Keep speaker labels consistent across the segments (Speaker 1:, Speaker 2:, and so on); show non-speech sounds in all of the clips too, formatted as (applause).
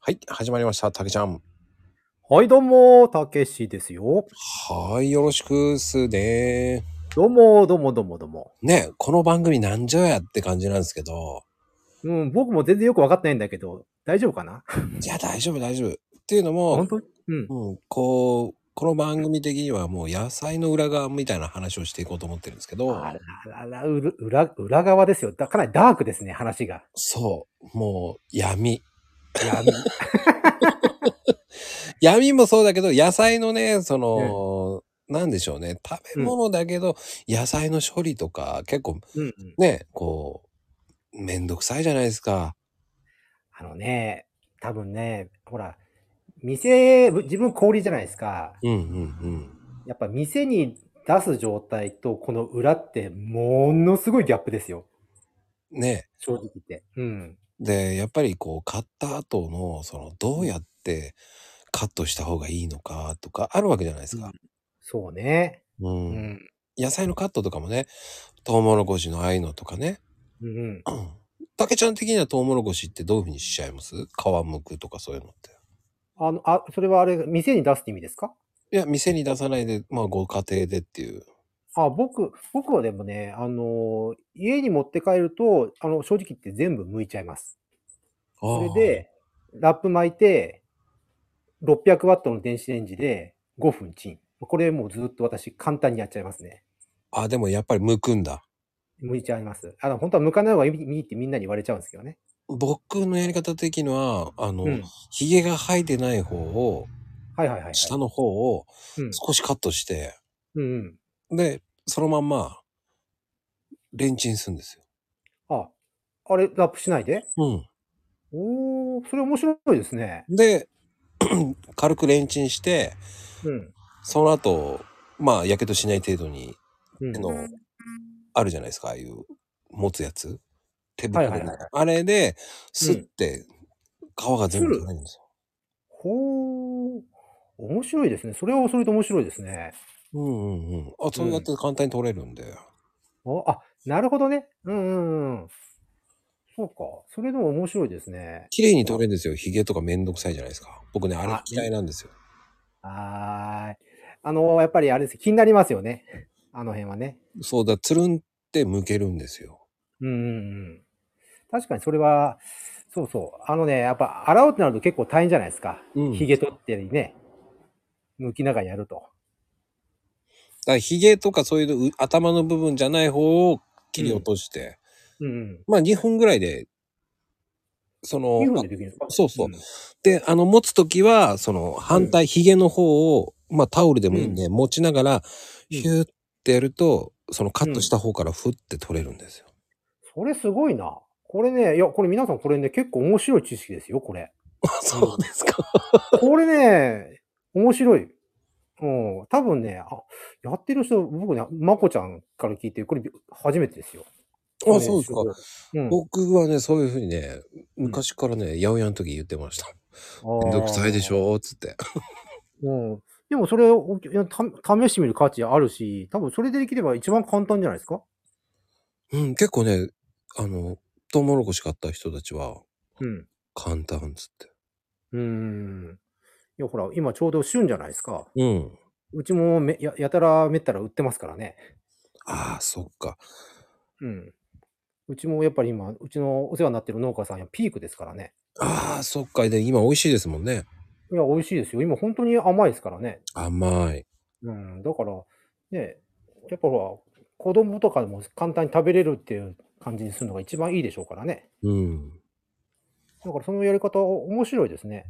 Speaker 1: はい、始まりました。たけちゃん。
Speaker 2: はい、どうも、たけしですよ。
Speaker 1: はい、よろしくっすね。
Speaker 2: どうも、どうも、どうも、どうも。
Speaker 1: ね、この番組なんじゃやって感じなんですけど。
Speaker 2: うん、僕も全然よくわかってないんだけど、大丈夫かない
Speaker 1: や、大丈夫、大丈夫。っていうのも
Speaker 2: 本、当うん。
Speaker 1: うん、こう、この番組的にはもう野菜の裏側みたいな話をしていこうと思ってるんですけど、
Speaker 2: あららら、うる裏、裏側ですよ。だかなりダークですね、話が。
Speaker 1: そう、もう闇。 (laughs)
Speaker 2: 闇。
Speaker 1: 闇もそうだけど、野菜のね、その、なんでしょうね。食べ物だけど、野菜の処理とか、結構
Speaker 2: うんうん。
Speaker 1: ね、こう、めんどくさいじゃないですか。
Speaker 2: あのね、多分ね、ほら、店、自分氷じゃないですか。
Speaker 1: うんうんうん。
Speaker 2: やっぱ店に出す状態と、この裏って、ものすごいギャップですよ。
Speaker 1: ね
Speaker 2: 正直言って。うん。
Speaker 1: でやっぱりこう買った後のそのどうやってカットした方がいいのかとかあるわけじゃないですか、
Speaker 2: そうね。
Speaker 1: うん
Speaker 2: うん。
Speaker 1: 野菜のカットとかもねトウモロコシのああいうのとかね (clears throat)
Speaker 2: うんうん。
Speaker 1: たけちゃん的にはトウモロコシってどういうふうにしちゃいます皮むくとかそういうのって
Speaker 2: あの、あ、それはあれ、店に出すって意味ですか
Speaker 1: いや店に出さないでまあご家庭でっていう
Speaker 2: あ、僕、僕はでもね、あのー家に持って帰ると、あの、正直言って全部剥いちゃいます。それで、ラップ巻いて、600ワットの電子レンジで5分チン。これもうずっと私簡単にやっちゃいますね。
Speaker 1: あーあでもやっぱりむくんだ
Speaker 2: 剥いちゃいます。あの、本当は剥かない方がいいいいってみんなに言われちゃうんですけどね。
Speaker 1: 僕のやり方的にはあの、
Speaker 2: うん。
Speaker 1: ひげが生えてない方を
Speaker 2: はいはいはい、はい。
Speaker 1: 下の方を
Speaker 2: うん。
Speaker 1: 少しカットして、
Speaker 2: うんうん。
Speaker 1: で、そのまんま、レンチンするんですよ。
Speaker 2: あ、あれ、ラップしないでおー、それ面白いですね。
Speaker 1: うん。で、 (clears throat) 軽くレンチンして、
Speaker 2: うん。
Speaker 1: その後、まあ、やけどしない程度に、
Speaker 2: うん
Speaker 1: あ。の、あるじゃないですか、ああいう、持つやつ。手袋みたいな
Speaker 2: はいはいはい
Speaker 1: あれで、すって、皮が全部取れるんですよ。
Speaker 2: ほー、面白いですね。それはそれで面白いですね。
Speaker 1: うんうんうん。あ、そうやって簡単に取れるんで。
Speaker 2: おあ、なるほどね。うんうんうん。そうか。それでも面白いですね。
Speaker 1: 綺麗に取れるんですよ。ヒゲとかめんどくさいじゃないですか。僕ね、あれ
Speaker 2: あ
Speaker 1: 嫌いなんですよ。
Speaker 2: はーい。あの、やっぱりあれです。気になりますよね。あの辺はね。
Speaker 1: そうだ、つるんって剥けるんですよ。
Speaker 2: うんうんうん。確かにそれは、そうそう。あのね、やっぱ洗おうってなると結構大変じゃないですか。
Speaker 1: うん。
Speaker 2: ひげ取ってね、抜きながらやると。
Speaker 1: だからヒゲとかそういうう頭の部分じゃない方を切り落として、
Speaker 2: うんうん。
Speaker 1: まあ2分ぐらいで、その、
Speaker 2: 2分
Speaker 1: まあ
Speaker 2: でできるんですか
Speaker 1: そうそう
Speaker 2: うん
Speaker 1: で、あの、持つときは、その反対、ヒゲの方を、まあタオルでもいいんで、持ちながら、ヒューってやると、そのカットした方からフッて取れるんですよ。
Speaker 2: それすごいな。これね、いや、これ皆さんこれね、結構面白い知識ですよ、これ。
Speaker 1: そうです (laughs) か。
Speaker 2: これね、面白い。うん、多分ね、あやってる人、僕ね、まこちゃんから聞いて、これ初めてですよ。
Speaker 1: あ、そうですか。
Speaker 2: すか。うん。
Speaker 1: 僕はね、そういうふうにね、昔からね、八百屋の時言ってました。めんどくさいでし
Speaker 2: ょ。
Speaker 1: ょーっつって。
Speaker 2: うん。でもそれをいやた試してみる価値あるし、多分それでできれば一番簡単じゃないですか。
Speaker 1: うん、結構ね、あの、トウモロコシ買った人たちは、
Speaker 2: うん。
Speaker 1: 簡単っつって。
Speaker 2: うん。いや、ほら、今ちょうど旬じゃないですか。
Speaker 1: うん。
Speaker 2: うちもめややたらめったら売ってますからね。
Speaker 1: ああ、そっか。
Speaker 2: うん。うちもやっぱり今、うちのお世話になってる農家さんはピークですからね。
Speaker 1: ああ、そっか。で、今美味しいですもんね。
Speaker 2: いや、美味しいですよ。今本当に甘いですからね。
Speaker 1: 甘い。
Speaker 2: うん。だから、ね、やっぱほら、子供とかでも簡単に食べれるっていう感じにするのが一番いいでしょうからね。
Speaker 1: うん。
Speaker 2: だからそのやり方面白いですね。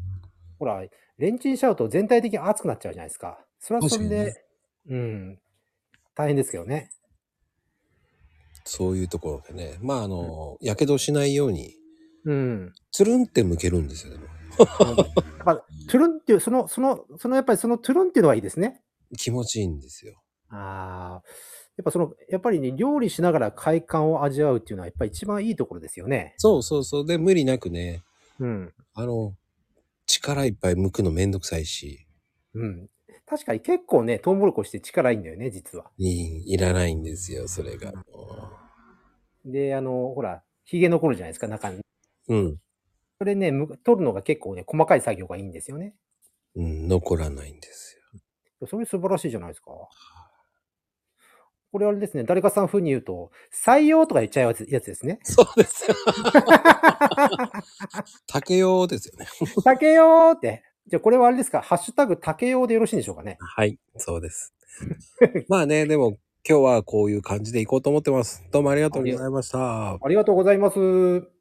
Speaker 2: ほら、レンチンしちゃうと全体的に熱くなっちゃうじゃないですか。それはそれで、
Speaker 1: 確
Speaker 2: うん。大変ですけどね。
Speaker 1: そういうところでね。まあ、あの、やけどしないように、
Speaker 2: うん。
Speaker 1: つるんって剥けるんですよ、でも。
Speaker 2: やっぱ、トゥルンっていう、その、その、その、やっぱりそのトゥルンっていうのはいいですね。
Speaker 1: 気持ちいいんですよ。
Speaker 2: ああ、やっぱその、やっぱりね、料理しながら快感を味わうっていうのは、やっぱり一番いいところですよね。
Speaker 1: そうそうそう。で、無理なくね、
Speaker 2: うん。
Speaker 1: あの、力いっぱい剥くのめんどくさいし、
Speaker 2: うん。確かに結構ね、トウモロコシって力いいんだよね、実は。
Speaker 1: いいらないんですよ、それが。
Speaker 2: で、あの、ほら、ヒゲ残るじゃないですか、中に。
Speaker 1: うん。
Speaker 2: それね、む取るのが結構ね、細かい作業がいいんですよね。
Speaker 1: うん、残らないんです
Speaker 2: それ素晴らしいじゃないですか。これあれですね、誰かさん風に言うと、採用とか言っちゃうやつやつですね。
Speaker 1: よ。そうです。 (laughs) 竹用ですよね。
Speaker 2: 竹よーって。じゃあこれはあれですか、ハッシュタグ竹よーでよろしいんでしょうかね。
Speaker 1: はい、そうです。まあね、でも今日はこういう感じでいこうと思ってます。どうもありがとうございました。
Speaker 2: ありがとうございます。